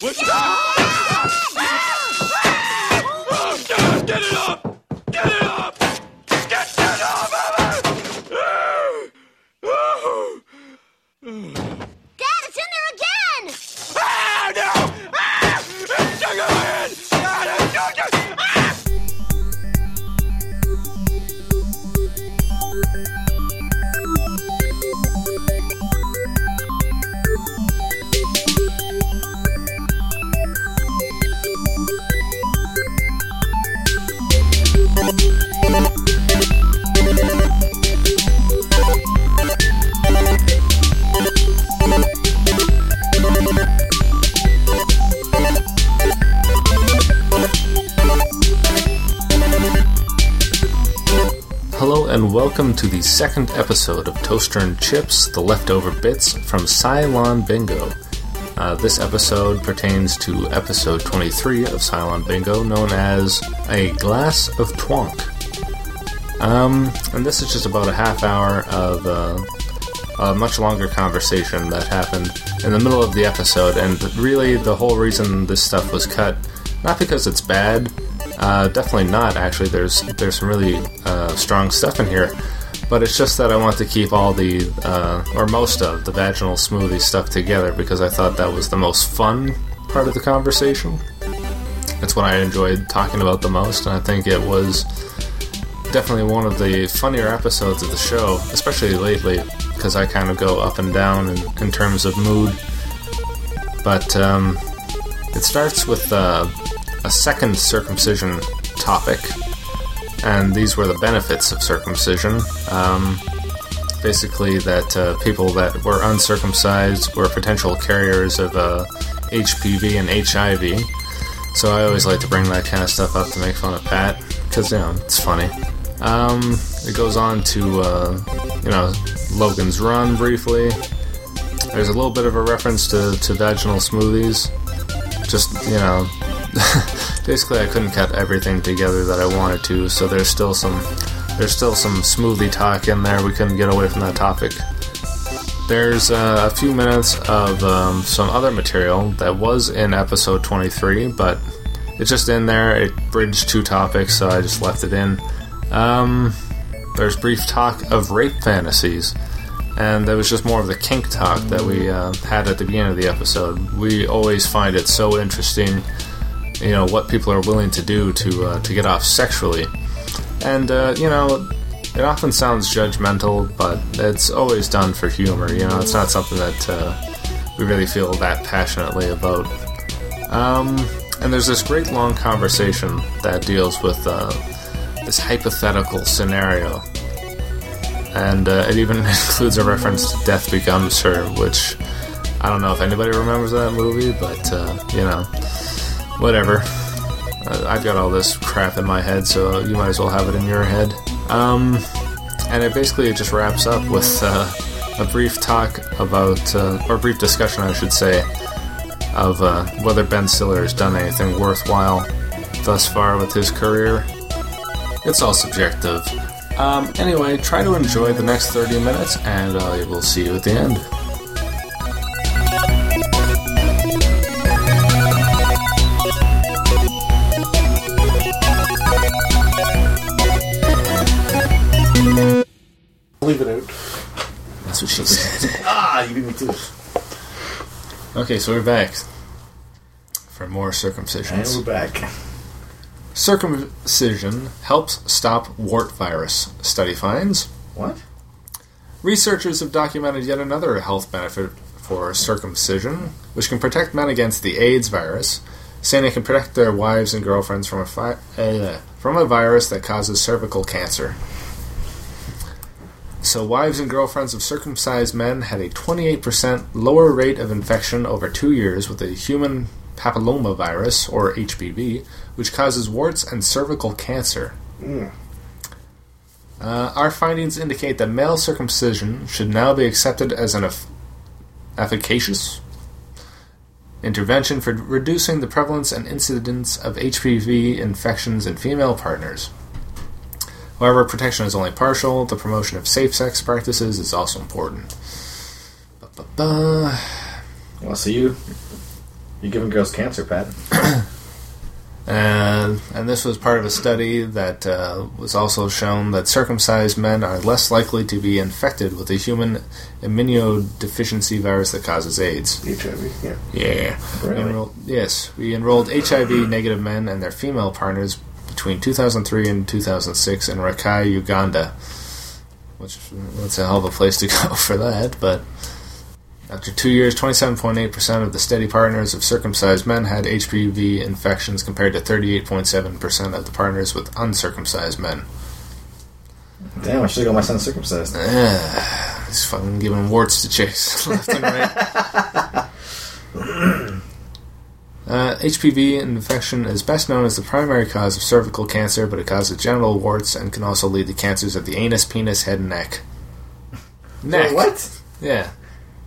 What's Oh, God, Get it up! Get it up! Get it up! Emma! Oh, Dad, it's in there again! Ah, no! Ah! It's stuck in my head! Ah, no, no, no! Ah! Hello and welcome to the second episode of Toaster and Chips, the leftover bits from Cylon Bingo. Uh, this episode pertains to episode 23 of Cylon Bingo, known as A Glass of Twonk. Um, and this is just about a half hour of uh, a much longer conversation that happened in the middle of the episode, and really the whole reason this stuff was cut, not because it's bad, uh, definitely not. Actually, there's there's some really uh, strong stuff in here, but it's just that I want to keep all the uh, or most of the vaginal smoothie stuff together because I thought that was the most fun part of the conversation. That's what I enjoyed talking about the most, and I think it was definitely one of the funnier episodes of the show, especially lately, because I kind of go up and down in, in terms of mood. But um, it starts with uh, a second circumcision topic, and these were the benefits of circumcision. Um, basically, that uh, people that were uncircumcised were potential carriers of uh, HPV and HIV. So I always like to bring that kind of stuff up to make fun of Pat, because, you know, it's funny. Um, it goes on to, uh, you know, Logan's Run briefly. There's a little bit of a reference to, to vaginal smoothies. Just, you know, basically I couldn't cut everything together that I wanted to, so there's still some there's still some smoothie talk in there. We couldn't get away from that topic. There's uh, a few minutes of um, some other material that was in episode 23, but it's just in there. It bridged two topics, so I just left it in. Um, there's brief talk of rape fantasies, and that was just more of the kink talk that we uh, had at the beginning of the episode. We always find it so interesting you know what people are willing to do to uh, to get off sexually, and uh, you know it often sounds judgmental, but it's always done for humor. You know, it's not something that uh, we really feel that passionately about. Um, and there's this great long conversation that deals with uh, this hypothetical scenario, and uh, it even includes a reference to Death Becomes Her, which. I don't know if anybody remembers that movie, but uh, you know, whatever. Uh, I've got all this crap in my head, so you might as well have it in your head. Um, and it basically just wraps up with uh, a brief talk about, uh, or brief discussion, I should say, of uh, whether Ben Stiller has done anything worthwhile thus far with his career. It's all subjective. Um, anyway, try to enjoy the next 30 minutes, and I will see you at the end. Leave it out. That's what she said. Ah, you beat me too. Okay, so we're back for more And circumcisions. we're back. Circumcision helps stop wart virus, study finds. What? Researchers have documented yet another health benefit for circumcision, which can protect men against the AIDS virus, saying it can protect their wives and girlfriends from a, fi- uh, from a virus that causes cervical cancer. So, wives and girlfriends of circumcised men had a 28% lower rate of infection over two years with the human papillomavirus, or HPV, which causes warts and cervical cancer. Uh, our findings indicate that male circumcision should now be accepted as an eff- efficacious intervention for reducing the prevalence and incidence of HPV infections in female partners. However, protection is only partial. The promotion of safe sex practices is also important. Ba-ba-ba. Well, so you You're giving girls cancer, Pat. And, and this was part of a study that uh, was also shown that circumcised men are less likely to be infected with the human immunodeficiency virus that causes AIDS. HIV. Yeah. Yeah. Really? Enroll- yes. We enrolled HIV negative men and their female partners between 2003 and 2006 in Rakai, Uganda. Which that's a hell of a place to go for that, but after two years, 27.8% of the steady partners of circumcised men had HPV infections compared to 38.7% of the partners with uncircumcised men. Damn, I should have got my son circumcised. Ah, he's fucking giving warts to chase left and right. Uh, HPV infection is best known as the primary cause of cervical cancer, but it causes genital warts and can also lead to cancers of the anus, penis, head, and neck. Neck. Wait, what? Yeah.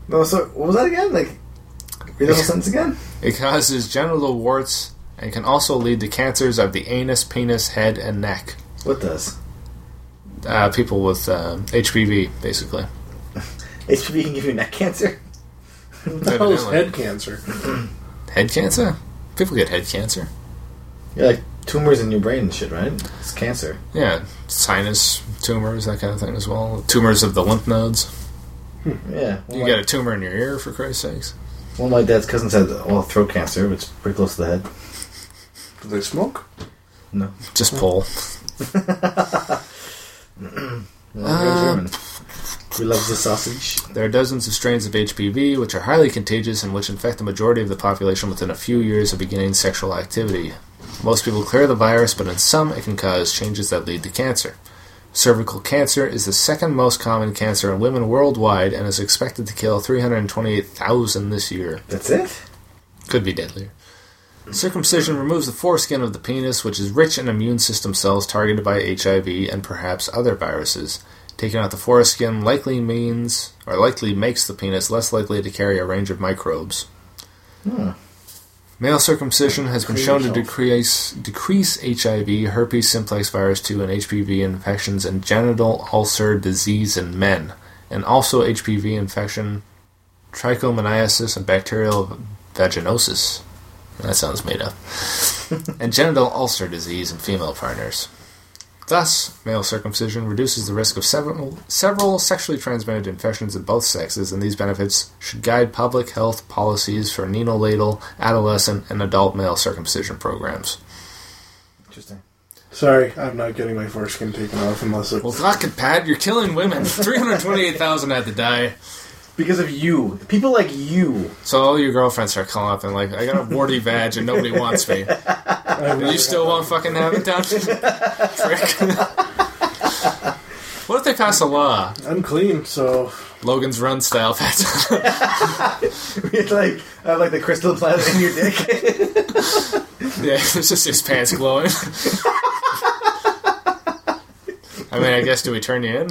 No, so what was that again? Like, read the whole sentence again? It causes genital warts and can also lead to cancers of the anus, penis, head, and neck. What does? Uh, people with uh, HPV, basically. HPV can give you neck cancer. That was Evidently. head cancer. Head cancer? People get head cancer. Yeah, like tumors in your brain and shit, right? It's cancer. Yeah, sinus tumors, that kind of thing as well. Tumors of the lymph nodes. Yeah. One, You of got a tumor in your ear, for Christ's sakes. my- one of my dad's cousins had well throat cancer, which is pretty close to the head. Do they smoke? No. Just pull. No, Um, very German. He loves the sausage. There are dozens of strains of HPV which are highly contagious and which infect the majority of the population within a few years of beginning sexual activity. Most people clear the virus, but in some it can cause changes that lead to cancer. Cervical cancer is the second most common cancer in women worldwide and is expected to kill 328,000 this year. That's it? Could be deadlier. Circumcision removes the foreskin of the penis, which is rich in immune system cells targeted by HIV and perhaps other viruses. Taking out the foreskin likely means, or likely makes the penis less likely to carry a range of microbes. Male circumcision has been shown to decrease, decrease HIV, herpes simplex virus 2, and HPV infections and genital ulcer disease in men, and also HPV infection, trichomoniasis, and bacterial vaginosis. That sounds made up. and genital ulcer disease in female partners. Thus, male circumcision reduces the risk of several, several sexually transmitted infections in both sexes, and these benefits should guide public health policies for neonatal, adolescent, and adult male circumcision programs. Interesting. Sorry, I'm not getting my foreskin taken off unless it. Well, fuck it, Pat, you're killing women. 328,000 had to die. Because of you. People like you. So all your girlfriends start calling up and like, I got a warty vag and nobody wants me. Do you still want fucking have it down? Prick. what if they pass a law? I'm clean, so Logan's Run style. Pass. it's like I have like the crystal planet in your dick. yeah, it's just his pants glowing. I mean, I guess do we turn you in?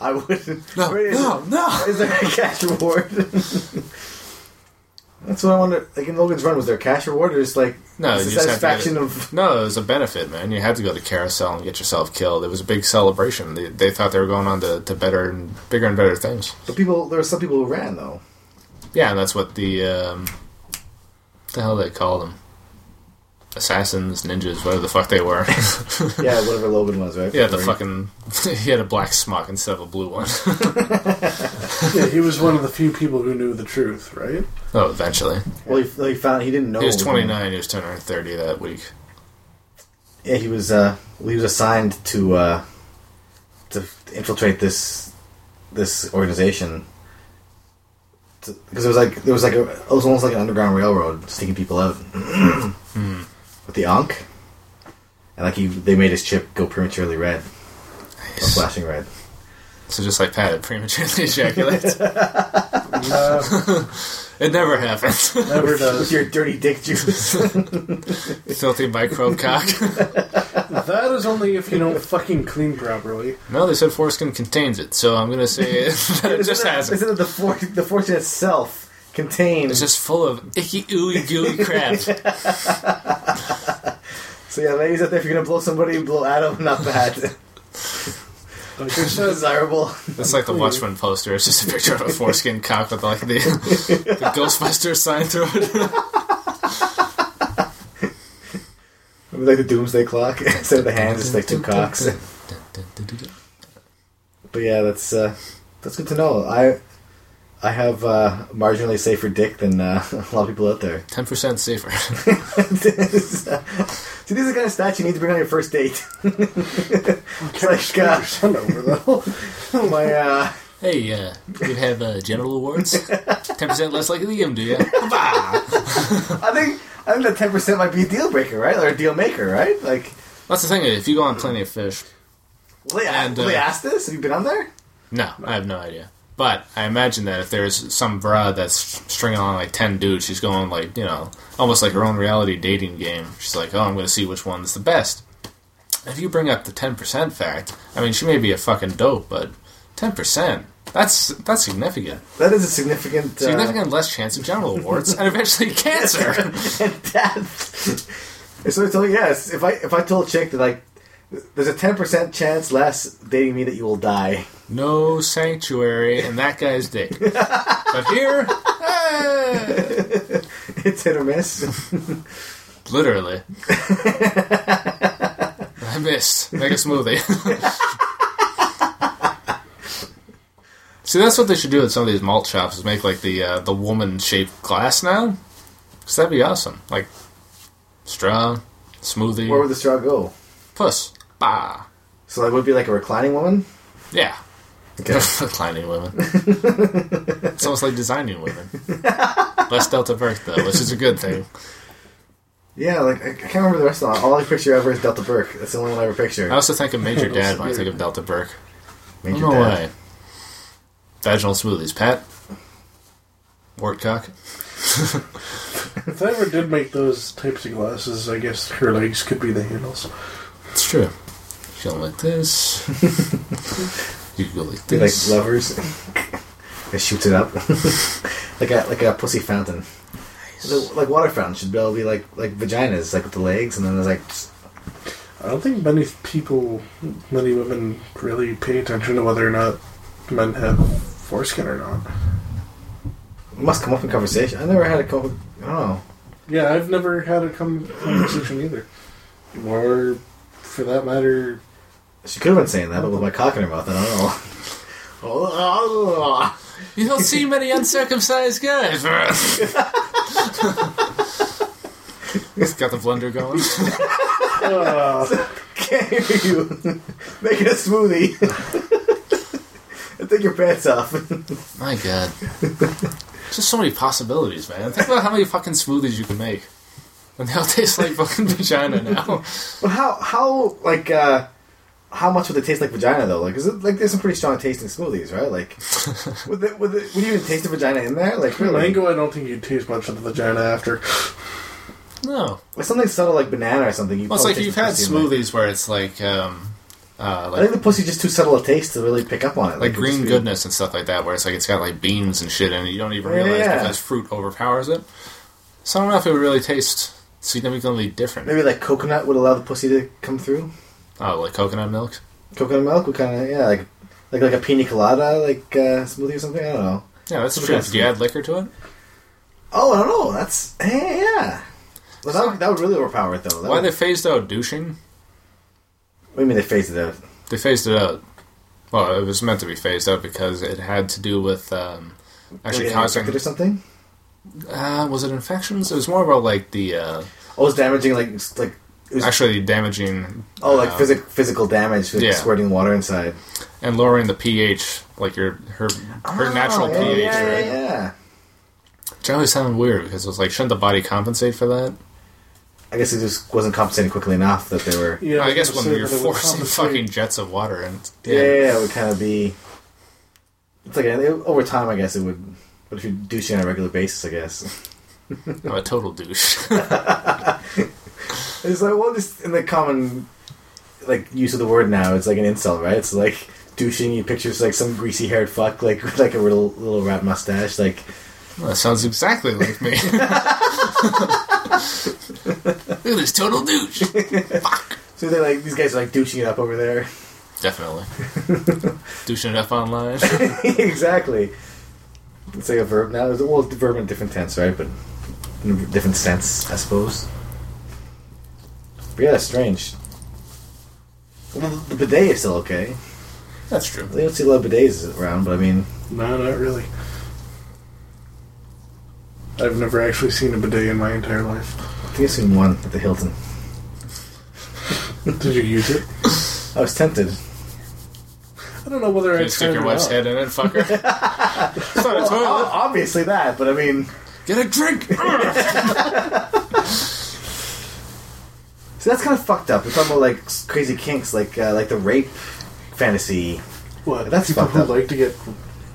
I wouldn't. No, Where is no, no. it? Is there a cash reward? That's what I wonder. Like in Logan's Run, was there a cash reward or just like No, just the Oh, you just have to satisfaction get of? No, it was a benefit, man. You had to go to Carousel and get yourself killed. It was a big celebration. They, they thought they were going on to, to better and bigger and better things. But people, there were some people who ran though. Yeah, and that's what the um, the hell they call them, assassins, ninjas, whatever the fuck they were. Yeah, whatever Logan was, right? yeah, the Right. fucking he had a black smock instead of a blue one. yeah, he was one of the few people who knew the truth, right? oh, eventually Well, he, he found he didn't know. he was twenty nine. He was turning thirty that week. Yeah, he was. Uh, well, he was assigned to uh, to infiltrate this this organization because it was like there was like a, it was almost like an underground railroad sneaking people out Hmm. with the Ankh, and like he they made his chip go prematurely red, or flashing red. So just like Pat, it prematurely ejaculates. No, it never happens. Uh, never With does. your dirty dick juice. Filthy microbe cock. That is only if you don't fucking clean properly. no, they said foreskin contains it, so I'm gonna say that it just has it. Isn't it the for, the fortune itself contained? It's just full of icky, ooey, gooey crap. so yeah, ladies out there, if you're gonna blow somebody, blow Adam, not that. Like I said, Desirable. That's like the Watchmen poster. It's just a picture of a foreskin cock with like the, the Ghostbusters sign through it. Remember, like the Doomsday Clock instead of the hands, it's like two cocks. But yeah, that's uh, that's good to know. I I have uh, marginally safer dick than uh, a lot of people out there. Ten percent safer. See, these are the kind of stats you need to bring on your first date. it's like uh, send over though. my uh, hey, uh, you have uh, genital awards. Ten percent less likely to give them to you. Bah! I think I think that ten percent might be a deal breaker, right, or a deal maker, right? Like, That's the thing. If you go on Plenty of Fish, will they, And, will they uh, ask this? Have you been on there? no, I have no idea. But I imagine that if there's some broad that's stringing on like ten dudes, she's going like you know almost like her own reality dating game. She's like, oh, I'm going to see which one's the best. If you bring up the ten percent fact, I mean, she may be a fucking dope, but ten percent. That's that's significant. That is a significant uh, Significant less chance of genital awards and eventually cancer. and death. And so I told you, yes, if I if I told a chick that like there's a ten percent chance less dating me that you will die. no sanctuary in that guy's dick. But here, eh, It's hit or miss. literally, I missed. Make a smoothie. See, that's what they should do at some of these malt shops is make like the uh, the woman shaped glass now. Cause that'd be awesome. Like straw, smoothie, Where would the straw go? puss, bah, So like would it be like a reclining woman? yeah. Okay. Declining women. it's almost like designing women. Less Delta Burke, though, which is a good thing. yeah, like I I can't remember the rest of it. All I picture ever is Delta Burke. That's the only one I ever picture. I also think of Major Dad when I think of Delta Burke. Major No Dad. way. Vaginal smoothies. Pat? Wartcock? If they ever did make those types of glasses, I guess her legs could be the handles. It's true. You go like this. you go like Be like this. lovers. it shoots it up. like a like a pussy fountain. Like- Like water fountain should be all be like like vaginas, like with the legs and then there's like I don't think many people, many women, really pay attention to whether or not men have foreskin or not. must come up in conversation. I never had a oh. couple I don't know. Yeah, I've never had a com- conversation either, or for that matter, She could have been saying that, but with my cock in her mouth, I don't know. Oh, You don't see many uncircumcised guys. He's got the blender going. Ah. uh, can't hear you. Making a smoothie. And Take your pants off. My God. Just so many possibilities, man. Think about how many fucking smoothies you can make. And they all taste like fucking vagina now. But how how like uh how much would it taste like vagina though? Like is it like there's some pretty strong tasting smoothies, right? Like would it, would, it, would you even taste the vagina in there? Like really? mango. I don't think you taste much of the vagina after. No. Like something subtle like banana or something. You Well, it's probably taste like you've the had pussy in there. smoothies where it's like, um, uh, I think like, the pussy's just too subtle a taste to really pick up on it. like it green just- goodness and stuff like that, where it's like it's got like beans and shit in it. You don't even Yeah, realize yeah. because fruit overpowers it. So I don't know if it would really taste significantly different. Maybe like coconut would allow the pussy to come through. Oh, like coconut milk? coconut milk would kind of yeah like like like a pina colada like uh, smoothie or something. I don't know. Yeah, that's Some true. kind of Do you fruit. add liquor to it? Oh, I don't know. That's hey, yeah. Well, that, would- that would really overpower it though. That Why would, they phased out douching? what do you mean they phased it out? They phased it out. Well, it was meant to be phased out because it had to do with um, Were actually they causing. infected or something? Uh, was it infections? It was more about like the uh, Oh, it's damaging like s- like it was, actually damaging oh like physic, physical damage like yeah. squirting water inside. and lowering the pH, like your her her natural Oh, yeah, pH. yeah, right? yeah, yeah. Which always sounded weird because it was like, shouldn't the body compensate for that? I guess it just wasn't compensating quickly enough that they were. Yeah, I guess when so you're that it would forcing compensate. fucking jets of water and Yeah, yeah, yeah, it would kind of be. It's like it, over time, I guess it would. But if you're douching on a regular basis, I guess. I'm a total douche. It's like well, just in the common like use of the word now, it's like an insult, right? It's like douching. You picture like some greasy-haired fuck, like with like a little little rat mustache, like Well, that sounds exactly like me. Look at this total douche. so they're like these guys are like douching it up over there. Definitely. Douching it up online. exactly. It's like a verb now. It's- Well, it's a verb in a different tense, right? But in a different sense, I suppose. But yeah, that's strange. Well, the bidet is still okay. That's true. You don't see a lot of bidets around, but I mean, No, not really. I've never actually seen a bidet in my entire life. I think I've seen one at the Hilton. Did you use it? I was tempted. I don't know whether I You stick tried your it wife's out. head in it, fucker. it's not a O- toilet. obviously that, but I mean, Get a drink. see, that's kind of fucked up. We're talking about like s- crazy kinks, like uh, like the rape fantasy. What? That's people fucked who up. like to get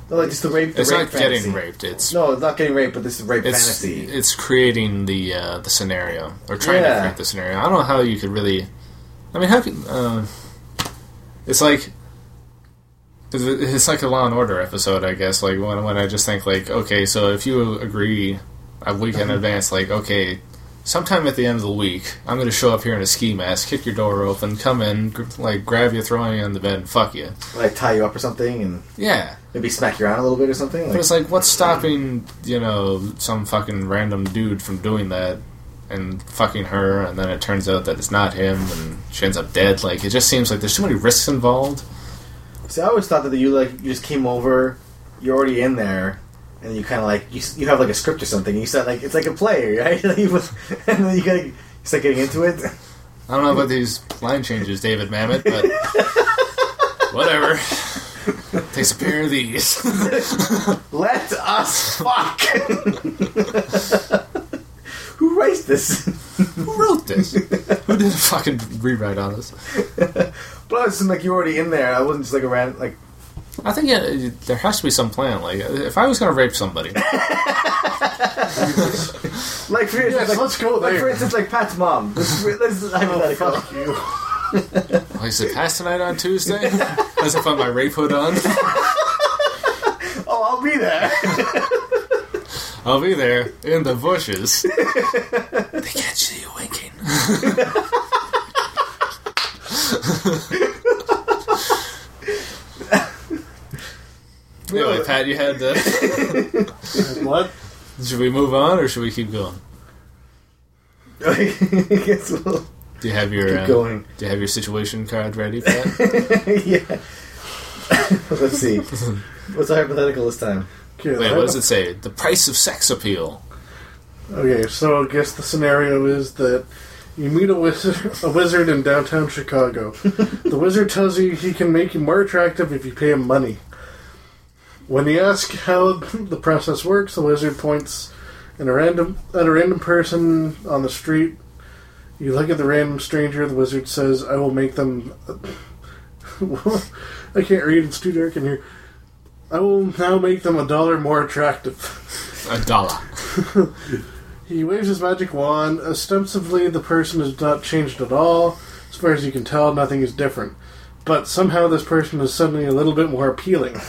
No, like just the rape. The it's rape not fantasy. getting raped. It's No, it's not getting raped, but this is rape it's fantasy. it's creating the uh, the scenario or trying to Yeah. create the scenario. I don't know how you could really. I mean, how could uh, it's like it's- it's like a Law and Order episode, I guess. Like when when I just think like, okay, so if you agree a week Mm-hmm. in advance, like okay. Sometime at the end of the week, I'm going to show up here in a ski mask, kick your door open, come in, gr- like grab you, throw you on the bed, and fuck you. like tie you up or something and Yeah, maybe smack you around a little bit or something. But Like, it's like, what's stopping, you know, some fucking random dude from doing that and fucking her, and then it turns out that it's not him, and she ends up dead? Like, it just seems like there's too many risks involved. see, I always thought that you like you just came over, you're already in there, and you kind of like you, s- you have like a script or something. And you start like it's like a play, right? Like, you- and then you gotta start getting into it. I don't know about these line changes, David Mamet, but whatever. Takes a pair of these. Let us fuck. Who writes this? Who wrote this? Who did a fucking rewrite on this? but I was just like you're already in there. I wasn't just like a random like. I think yeah, there has to be some plan. Like, if I was going to rape somebody, Like for instance, Yes, like, let's go like, for there. instance, like Pat's mom. This, this is hypothetical. fuck you. oh, is it past tonight on Tuesday? As if I put my rape hood on. oh, I'll be there. I'll be there in the bushes. they can't see you winking. anyway, Pat, you had. Uh, What? should we move on or should we keep going? I guess we'll Do you have your keep uh, going. Do you have your situation card ready, Pat? yeah. Let's see. What's our hypothetical this time? Okay, Wait, that- what does it say? The price of sex appeal. Okay, so I guess the scenario is that you meet a wizard, a wizard in downtown Chicago. the wizard tells you he can make you more attractive if you pay him money. When you ask how the process works, the wizard points at a random at a random person on the street. You look at the random stranger. The wizard says, "I will make them." I can't read; it's too dark in here. I will now make them a dollar more attractive. A dollar. He waves his magic wand. Ostensibly, the person has not changed at all. As far as you can tell, nothing is different. But somehow, this person is suddenly a little bit more appealing.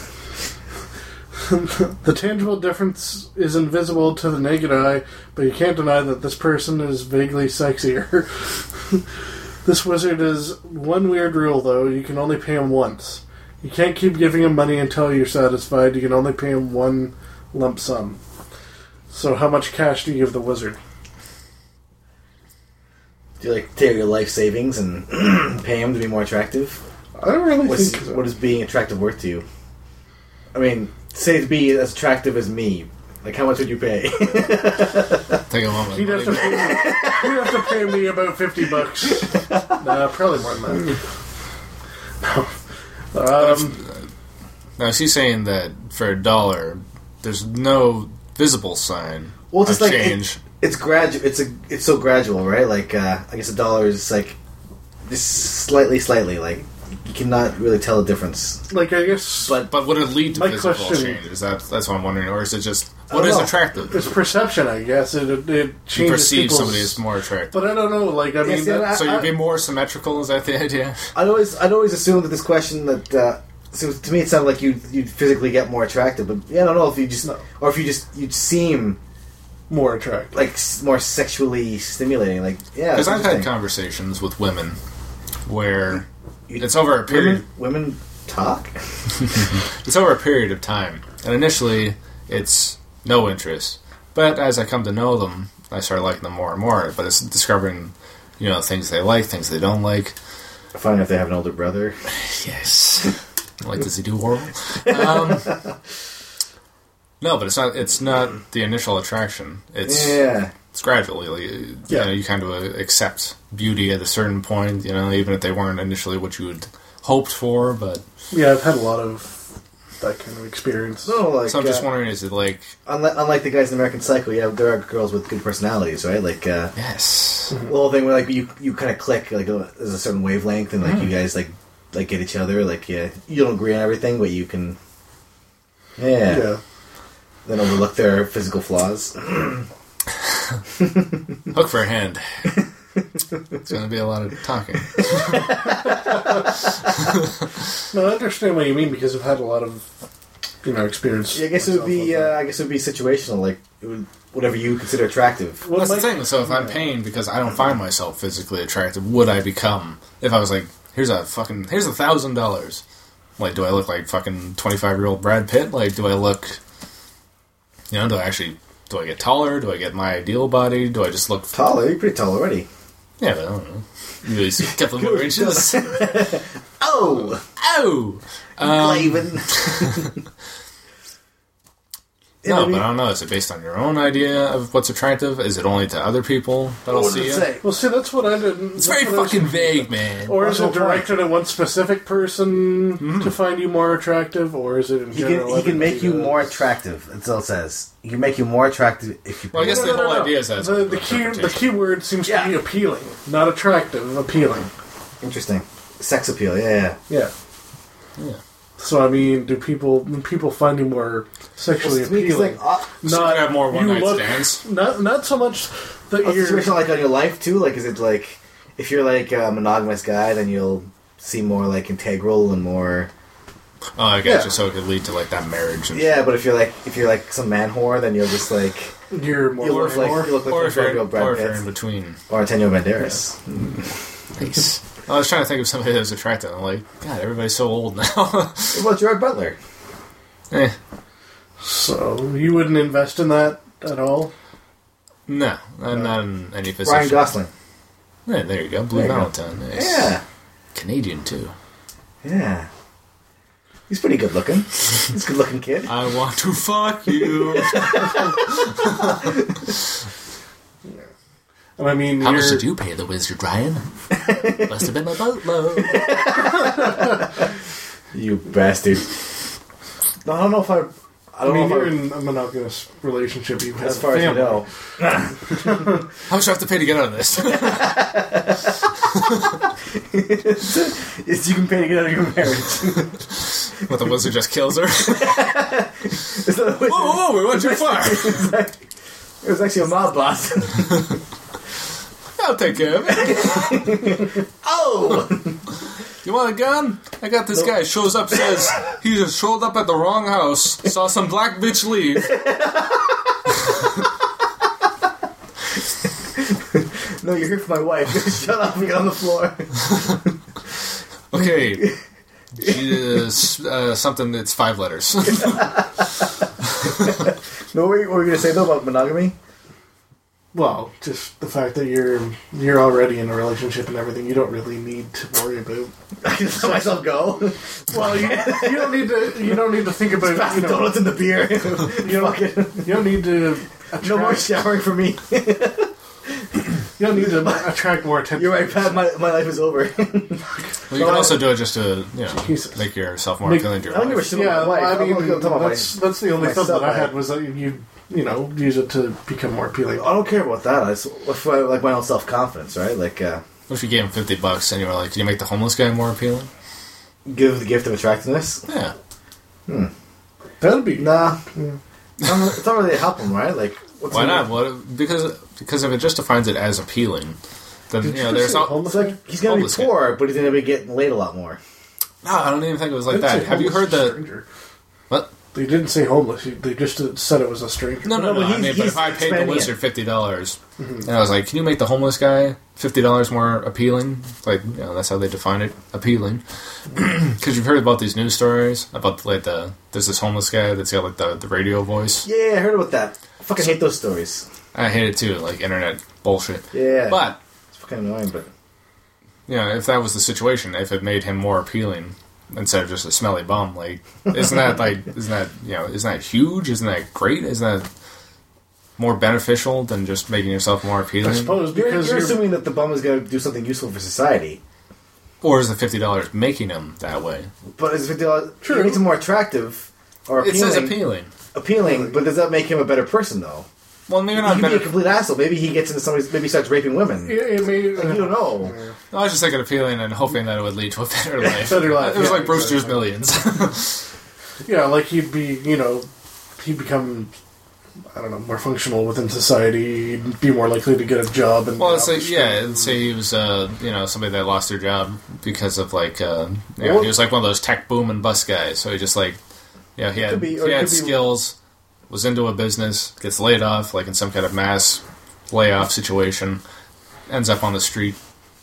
the tangible difference is invisible to the naked eye, but you can't deny that this person is vaguely sexier. this wizard has one weird rule, though you can only pay him once. You can't keep giving him money until you're satisfied. You can only pay him one lump sum. So, how much cash do you give the wizard? Do you like tear your life savings and pay him to be more attractive? I don't really What's, think so. what is being attractive worth to you? I mean, say to be as attractive as me. Like, how much would you pay? Take a moment. He'd have to pay me. He'd have to pay me about fifty bucks. nah, probably more than that. No. Um, Now she's saying that for a dollar, there's no visible sign well, of just like it- change. it's gradual. It's a. It's so gradual, right? Like, uh, I guess a dollar is like just slightly, slightly. Like, you cannot really tell the difference. like I guess But- But would it lead to My physical question- changes? That's that's what I'm wondering. Or is it just don't what is know. attractive? it's perception. I guess it it, it You changes perceive people's- somebody as more attractive. But I don't know. Like I mean, see, that- I- So you'd be more symmetrical. Is that the idea? I'd always I'd always assume that this question that uh, so to me it sounded like you you'd physically get more attractive, but yeah, I don't know if you just No. or if you just you'd seem more attractive. like s- more sexually stimulating. Like yeah, Because it's I've had interesting. conversations with women where you, It's over a period. women, women talk. It's over a period of time, and initially it's no interest. But as I come to know them, I start liking them more and more. But it's discovering, you know, things they like, things they don't like. I find if they have an older brother. Yes. like does he do oral? Um, no, but it's not. It's not the initial attraction. It's Yeah, it's gradually. like, You Yeah. know, you kind of uh, accept beauty at a certain point. You know, even if they weren't initially what you had hoped for, but Yeah, I've had a lot of that kind of experience. so like so I'm just uh, wondering, is it like Unlike, unlike the guys in American Psycho, yeah, there are girls with good personalities, right? Like uh, yes? the whole thing where like you you kind of click, like uh, there's a certain wavelength, and like you guys like like get each other. Like yeah, you don't agree on everything, but you can yeah, Yeah. then overlook their physical flaws. Hook for a hand. it's going to be a lot of talking. No, I understand what you mean because I've had a lot of, you know, experience. Yeah, I guess it would be myself with uh, I guess it would be situational, like it would, whatever you consider attractive. that. Well, That's the my- thing. So if I'm paying because I don't find myself physically attractive, would I become if I was like, here's a fucking, here's a thousand dollars? Like, do I look like fucking twenty five year old Brad Pitt? Like, do I look, you know, do I actually, do I get taller? Do I get my ideal body? Do I just look? Tall, you're pretty tall already. Yeah, but I don't know. You really kept them what inches. Oh, Oh, Um, Glavin. Yeah, I no, mean- but I don't know. Is it based on your own idea of what's attractive? Is it only to other people that'll what does see it you? say? Well, see, that's what I didn't. It's very fucking vague, man. Or is That's it the whole point. directed at one specific person Hmm. to find you more attractive, or is it in He can, general? he can make you everybody more does? attractive. That's all it says. He can make you more attractive if you. Well, I guess No, the no, no, whole no. idea is that it's the, open the key the interpretation. key word seems Yeah. to be appealing, not attractive. Appealing. Interesting. Sex appeal, yeah, yeah. Yeah. Yeah. So I mean, do people do people find you more sexually It's weak, it's appealing? like, uh, not So you could have more one you night look- stands. Not not so much that what's the you're situation Oh, like on your life too? Like, is it like if you're like a monogamous guy, then you'll see more like integral and more. Oh, I gotcha. Yeah. So it could lead to like that marriage. And Yeah, but if you're like if you're like some man whore, then you'll just like you're more you look like or- you look like Or or if you're, Antonio or Brad if you're in Pitt between. or Antonio Banderas. I was trying to think of somebody that was attractive. I'm like, God, everybody's so old now. What about Gerard Butler? eh, So you wouldn't invest in that at all? no, I'm not in any position. Ryan Gosling. Yeah, there you go. Blue There you go. Valentine. Nice. Yeah, Canadian, too. yeah. He's pretty good looking. He's a good looking kid. I want to fuck you. And I mean, How you're, much did you pay the wizard, Ryan? Must have been my boatload. You bastard. No, I don't know if I. I I don't mean, know you're if I, in a monogamous relationship. You have as far as you family. know. How much do I have to pay to get out of this? It's you can pay to get out of your marriage. what the wizard just kills her. It's not a wizard. whoa, whoa, we went too far. It was actually a mob boss. I'll take care of it. oh! You want a gun? I got this guy. Shows up, says he just showed up at the wrong house, saw some black bitch leave. No, you're here for my wife. Shut up and get on the floor. Okay. She, uh, s- uh, something that's five letters. No, what were you, what were you going to say, though, about monogamy? Well, just the fact that you're you're already in a relationship and everything, you don't really need to worry about. I can just let myself go. Well, you, you don't need to you don't need to think about Pass you the know, donuts and the beer. you Fuck don't, it. you don't need to attract, No more showering for me. you don't need to attract more attention. You're right, Pat. My, my life is over. Well, you can also do it just to, you know, Jesus. make yourself more Make- appealing to I don't your give a wife. shit Yeah, about my wife. I I'm mean not gonna talk about my- that's that's the only thought myself, that I I- had was that you you know use it to become more appealing. Oh, I don't care about that. I just, if I- like my own self confidence, right? Like, uh, What if you gave him 50 bucks and you were like, can you make the homeless guy more appealing? give the gift of attractiveness. Yeah. That'd be Nah, it's not- it's not really a help them, right? Like, what's Why the- not? What if, because because if it just defines it as appealing, then, you know, you there's say not. homeless? It's like he's gonna Homeless be guy. poor, but he's gonna be getting laid a lot more. No, I don't even think it was like I'd say that. Have you homeless heard is a the. stranger. What? They didn't say homeless. he- They just said it was a stranger. No, no, No, no. but I he- mean, but he's if I paid the expanding it. Mm-hmm. wizard fifty dollars, and I was like, "Can you make the homeless guy fifty dollars more appealing?" Like, you know, that's how they define it, appealing. Because you've heard about these news stories about like the there's this homeless guy that's got like the, the radio voice. Yeah, I heard about that. I fucking hate those stories. I hate it too, like internet bullshit. Yeah. But It's fucking annoying, but you know, if that was the situation, if it made him more appealing instead of just a smelly bum, like, isn't that like, isn't that you know, isn't that huge? Isn't that great? Isn't that more beneficial than just making yourself more appealing? I suppose you're, because you're you're, assuming that the bum is going to do something useful for society. Or is the fifty dollars making them that way? But is it True. it makes him more attractive or It appealing? says appealing. appealing, but does that make him a better person though? Well, maybe He'd not be a better. complete asshole. Maybe he gets into somebody's. Maybe he starts raping women. Yeah, uh, it may- Like, you don't know. I was just thinking appealing and hoping that it would lead to a better life. Better life, It was yeah, like Brewster's exactly. Millions. Yeah, like he'd be, you know, he'd become, I don't know, more functional within society. He'd be more likely to get a job. And well, let's out say the yeah, street. let's say he was uh, you know somebody that lost their job because of like uh, yeah, Well- he was like one of those tech boom and bust guys. So he just like yeah, he had could be- or he it had could be- skills, was into a business, gets laid off like in some kind of mass layoff situation, ends up on the street.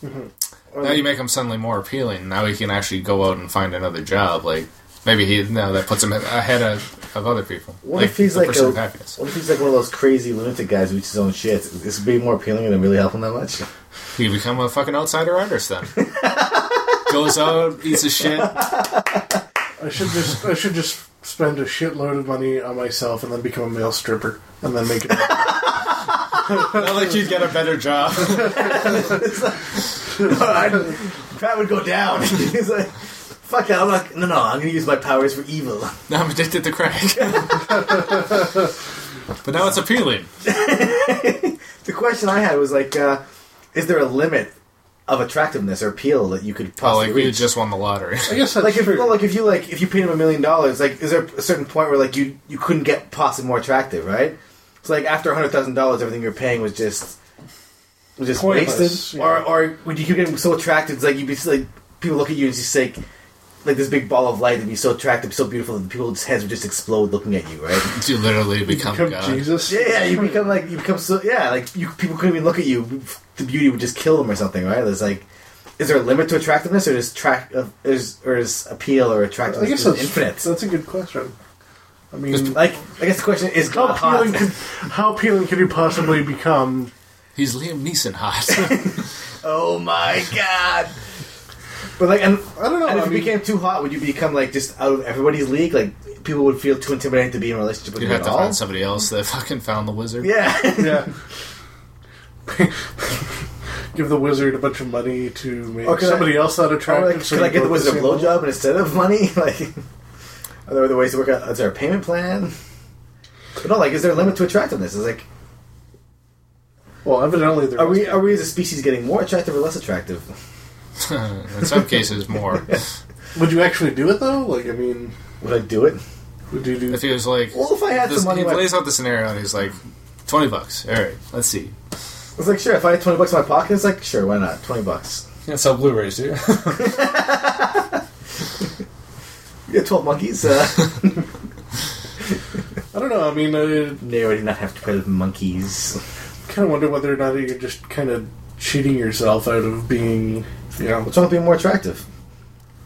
Mm-hmm. Now you make him suddenly more appealing. Now he can actually go out and find another job. Like maybe he now that puts him ahead of, of other people. What if he's the like pursuit a, of happiness? What if he's like one of those crazy lunatic guys who eats his own shit? This would be more appealing than really helping that much. You become a fucking outsider artist then. Goes out, eats his shit. I should just, I should just spend a shitload of money on myself and then become a male stripper and then make it. Not like you'd get a better job. Pat would go down. he's like, "Fuck that! I'm not. No, no. I'm gonna use my powers for evil." now I'm addicted to crack. but now it's appealing. The question I had was like, uh, is there a limit of attractiveness or appeal that you could Oh, possibly like we reach? just won the lottery. I guess that's like if true. well, like if you like if you paid him a million dollars, like is there a certain point where like you you couldn't get possibly more attractive, right? So like after hundred thousand dollars, everything you're paying was just was just Pointless, wasted, yeah. or or would you keep getting so attractive? It's like you'd be like people look at you and just like like this big ball of light and be so attractive, so beautiful that people's heads would just explode looking at you, right? you literally become, become God. Jesus. yeah, yeah, you become like you become so yeah, like you people couldn't even look at you. The beauty would just kill them or something, right? There's like. Is there a limit to attractiveness, or is track, uh, is, or is appeal or I attractiveness guess that's infinite? That's a good question. I mean, Like, I guess the question is how God appealing, hot? could, how appealing could you possibly become? He's Liam Neeson hot. Oh my God! But like, and I don't know. and if I you mean- became too hot, would you become like just out of everybody's league? Like, people would feel too intimidated to be in a relationship with You'd you have at to all. find somebody else that fucking found the wizard. Yeah, Yeah. Give the wizard a bunch of money to make Or could somebody Oh, I- else that or attractive. like, so could I you get the both wizard a same level. blowjob instead of money? Like, are there other ways to work out? Is there a payment plan? But no, like, is there a limit to attractiveness? Is like, Well, evidently there are was- we are we as a species getting more attractive or less attractive? In some cases, more. Would you actually do it though? Like, I mean, Would I do it? would you do? If he was like, Well, if I had this, some money, he like- lays out the scenario and he's like, twenty bucks. All right, let's see. I was like, sure. If I had twenty bucks in my pocket, it's like, sure, why not? Twenty bucks. Yeah, sell Blu-rays, dude. You get twelve monkeys. Uh, I don't know. I mean, I They already not have to play with monkeys. kind of wonder whether or not you're just kind of cheating yourself out of being, you know, What's wrong with being more attractive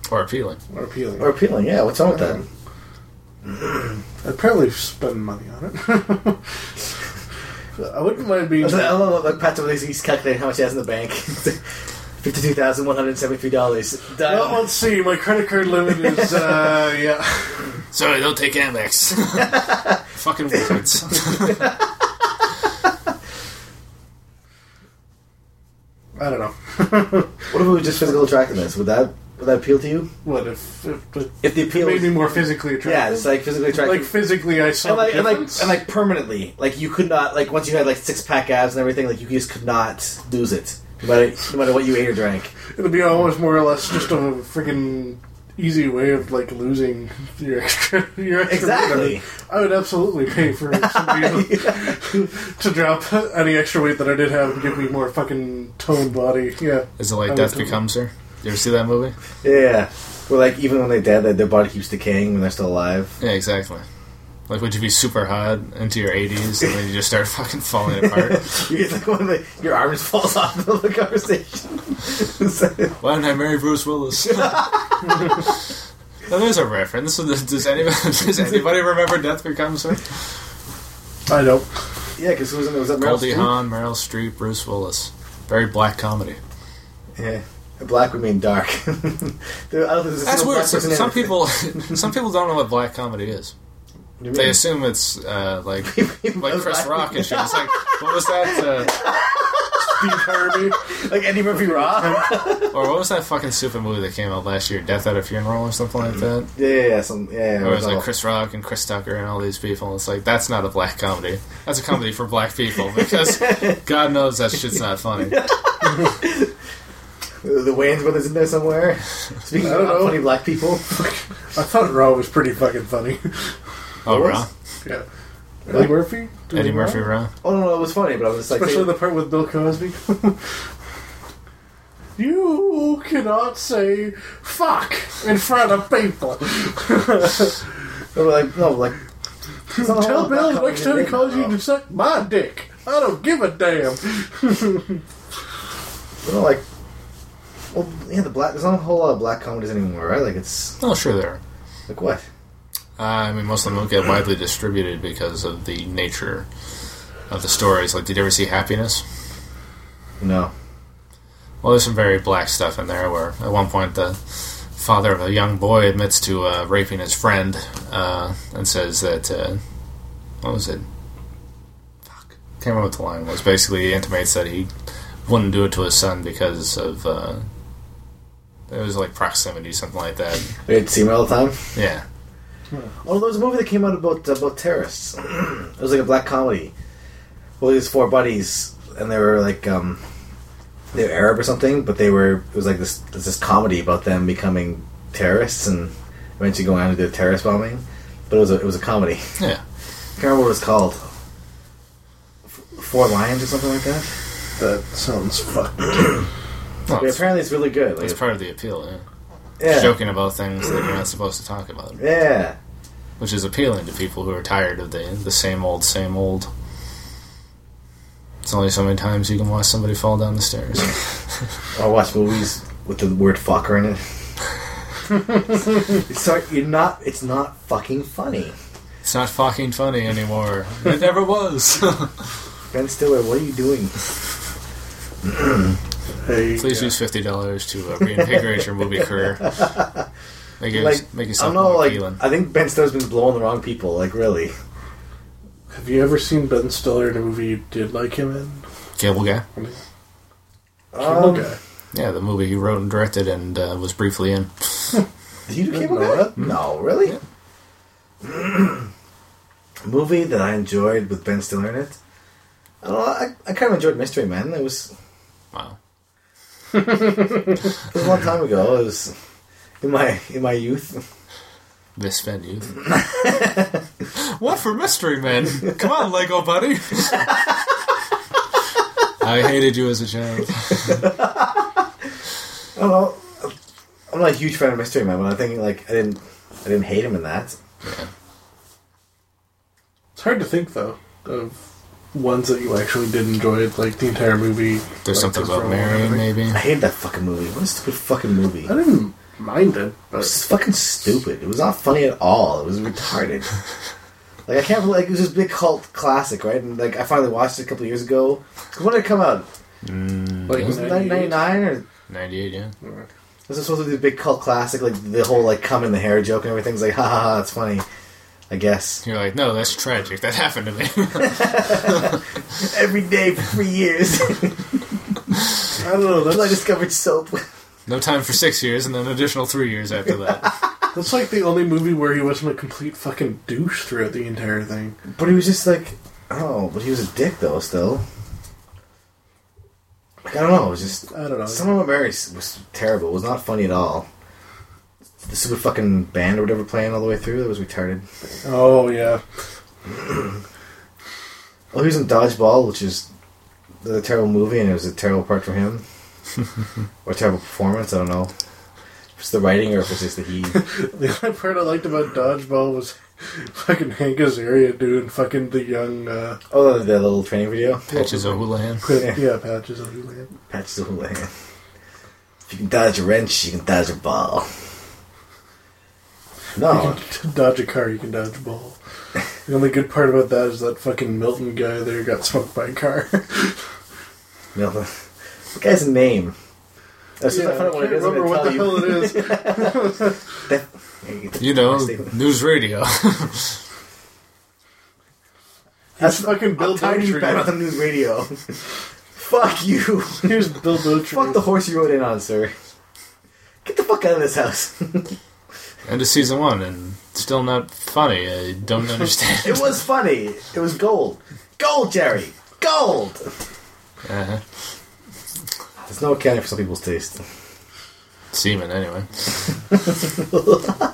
or appealing. more appealing. or appealing? Yeah, what's wrong with that? I'd probably spend money on it. I wouldn't mind being. I love like oh, Pat's over there, he's calculating how much he has in the bank. Fifty-two thousand one hundred seventy-three dollars. Well, let's see. My credit card limit is, uh, yeah. Sorry, don't take Amex. Fucking wizards. I don't know. What if it was just physical attractiveness? Would that would that appeal to you? what if, if, if If the it appeal, made me is, more physically attractive? yeah, it's like physically like attractive. physically, I saw and like, the and like difference. and like permanently, like you could not like once you had like six pack abs and everything, like you just could not lose it, no matter no matter what you ate or drank. It'd be almost more or less just a freaking easy way of like losing your extra your extra Exactly. weight. I would absolutely pay for somebody to drop any extra weight that I did have and give me more fucking toned body. Yeah, Is it I like would Death totally- Becomes Her? You ever see that movie? Yeah, where like even when they're dead, their their body keeps decaying when they're still alive. Yeah, exactly. Like, would you be super hot into your 80s and then you just start fucking falling apart? You get like one of the, your arm just falls off in the middle of the conversation. It's like- Why didn't I marry Bruce Willis? now, there's a reference. Does does anybody, does anybody remember Death Becomes Her? I don't. yeah, because was, was that Meryl Goldie Streep? Hawn, Meryl Streep, Bruce Willis. Very black comedy. Yeah. Black would mean dark. There- I don't think there's a That's single weird. black Some, person in some it. people, some people don't know what black comedy is. What do you mean? They assume it's uh, like People like are Chris black. Rock and shit. It's like what was that? uh, Steve Harvey. Like Eddie Murphy Raw? Uh, or what was that fucking stupid movie that came out last year? Death at a Funeral or something like that. yeah, yeah, yeah. Some, yeah, yeah, Where Mm-hmm. it was all- like Chris Rock and Chris Tucker and all these people. It's like that's not a black comedy. That's a comedy for black people because God knows that shit's not funny. The, the Wayans brothers in there somewhere. Speaking I don't of know. funny black people. I thought Raw was pretty fucking funny. Oh, Raw. yeah. Eddie Murphy? Doing Eddie Raw? Murphy Raw. Oh no, no, it was funny, but I was just like, Especially they- the part with Bill Cosby. you cannot say fuck in front of people. they were like, no, like. it's not a whole Tell lot black Bill comedy next time he in it, calls you bro. to suck my dick. I don't give a damn. But no, like, well, yeah, the black. There's not a whole lot of black comedies anymore, right? Like, it's Oh, sure there. Are. like what? Uh, I mean, most of them don't get widely distributed because of the nature of the stories. Like, did you ever see Happiness? No. Well, there's some very black stuff in there where at one point the father of a young boy admits to uh, raping his friend uh, and says that, uh, what was it? Fuck. Can't remember what the line was. Basically, he intimates that he wouldn't do it to his son because of, uh, it was like proximity, something like that. I get to see him all the time. Yeah. Oh, there was a movie that came out about about terrorists. it was like a black comedy. Well, these four buddies, and they were like, um, they were Arab or something, but they were. It was like this there's this comedy about them becoming terrorists and eventually going on to do a terrorist bombing. But it was a it was a comedy. Yeah. I can't remember what it was called. F- Four Lions or something like that. That sounds fucked. No, But it's, apparently, it's really good. Like, it's part of the appeal, yeah. yeah, Joking about things that you're not supposed to talk about. yeah. which is appealing to people who are tired of the the same old, same old. It's only so many times you can watch somebody fall down the stairs. I watch movies with the word fucker in it. it's not, you're not. It's not fucking funny. it's not fucking funny anymore. It never was. Ben Stiller, what are you doing? Hey, Please use fifty dollars to uh, reinvigorate your movie career. Make it Like, make I'm yourself not more like. appealing. I think Ben Stiller's been blowing the wrong people. Like really, have you ever seen Ben Stiller in a movie you did like him in? Cable guy. Cable Um, Guy. Yeah, the movie he wrote and directed and uh, was briefly in. did you do Didn't Cable know Guy? No, really. Yeah. Movie that I enjoyed with Ben Stiller in it. I don't know. I, I kind of enjoyed Mystery Men. It was Wow. it was a long time ago. It was in my in my youth. Miss Van Youth. what for mystery men? Come on, Lego buddy. I hated you as a child. I don't know. I'm not a huge fan of Mystery Men, but I think like I didn't I didn't hate him in that. It's hard to think though of ones that you actually did enjoy, like the entire movie. There's like, something just about for Mary, one thing. maybe. I hated that fucking movie. What a stupid fucking movie. I didn't mind it, It but was fucking stupid. It was not funny at all. It was retarded. like I can't like it was this big cult classic, right? And like I finally watched it a couple years ago. 'Cause When did it come out? like Was it ninety nine or 98, yeah. was it supposed to be a big cult classic? Like the whole like cum in the hair joke and everything's like ha ha ha. It's funny. I guess You're like, no, that's tragic. That happened to me. every day for three years I don't know. That's until I like, discovered soap. no time for six years and then an additional three years after that. that's like the only movie where he wasn't a complete fucking douche throughout the entire thing. but he was just like, oh, but he was a dick though. Still, like I don't know. It was just I don't know. Some of Mary was terrible. It was not funny at all. The stupid fucking band or whatever playing all the way through that was retarded. oh yeah, Oh, he was in Dodgeball, which is a terrible movie, and it was a terrible part for him, or terrible performance. I don't know. If it's the writing, or if it's just the he. the only part I liked about Dodgeball was fucking Hank Azaria doing fucking the young uh, Oh, the little training video. Patches of Houlihan. yeah. patches of Houlihan. Patches the hula hand. If you can dodge a wrench, you can dodge a ball. No, To dodge a car, you can dodge a ball. The only good part about that is that fucking Milton guy there got smoked by a car. Milton. The guy's name. I was yeah, I can't remember what the hell it is. You know, news radio. That's fucking Bill Tiny better Butcher. than news radio. Fuck you. Here's Bill Butcher. Fuck the horse you rode in on, sir. Get the fuck out of this house. End of season one, and still not funny. I don't understand. it was funny. It was gold. Gold, Jerry. Gold. uh, There's no accounting for some people's taste. semen, anyway.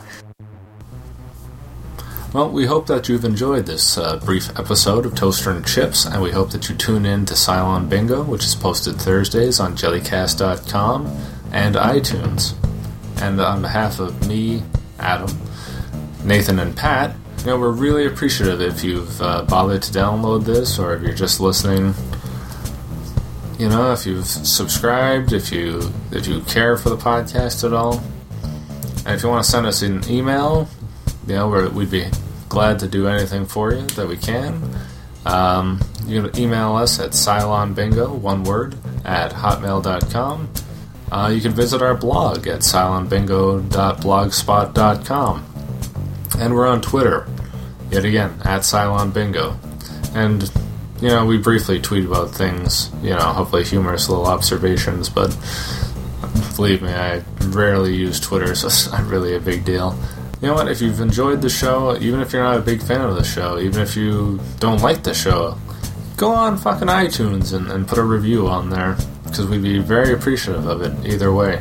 Well, we hope that you've enjoyed this uh, brief episode of Toaster and Chips, and we hope that you tune in to Cylon Bingo, which is posted Thursdays on jellycast.com and iTunes. And on behalf of me, Adam, Nathan, and Pat, you know, we're really appreciative if you've uh, bothered to download this or if you're just listening. You know, if you've subscribed, if you if you care for the podcast at all, and if you want to send us an email, you know, we're, we'd be glad to do anything for you that we can. Um, you can email us at cylonbingo, one word, at hotmail.com. Uh, you can visit our blog at cylonbingo.blogspot.com. And we're on Twitter, yet again, at cylonbingo. And, you know, we briefly tweet about things, you know, hopefully humorous little observations, but believe me, I rarely use Twitter, so it's not really a big deal. You know what? If you've enjoyed the show, even if you're not a big fan of the show, even if you don't like the show, go on fucking iTunes and, and put a review on there because we'd be very appreciative of it either way.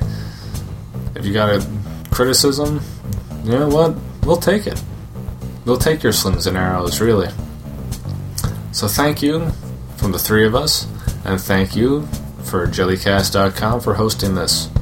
If you got a criticism, you know what? We'll take it. We'll take your slings and arrows, really. So thank you from the three of us, and thank you for Jellycast.com for hosting this.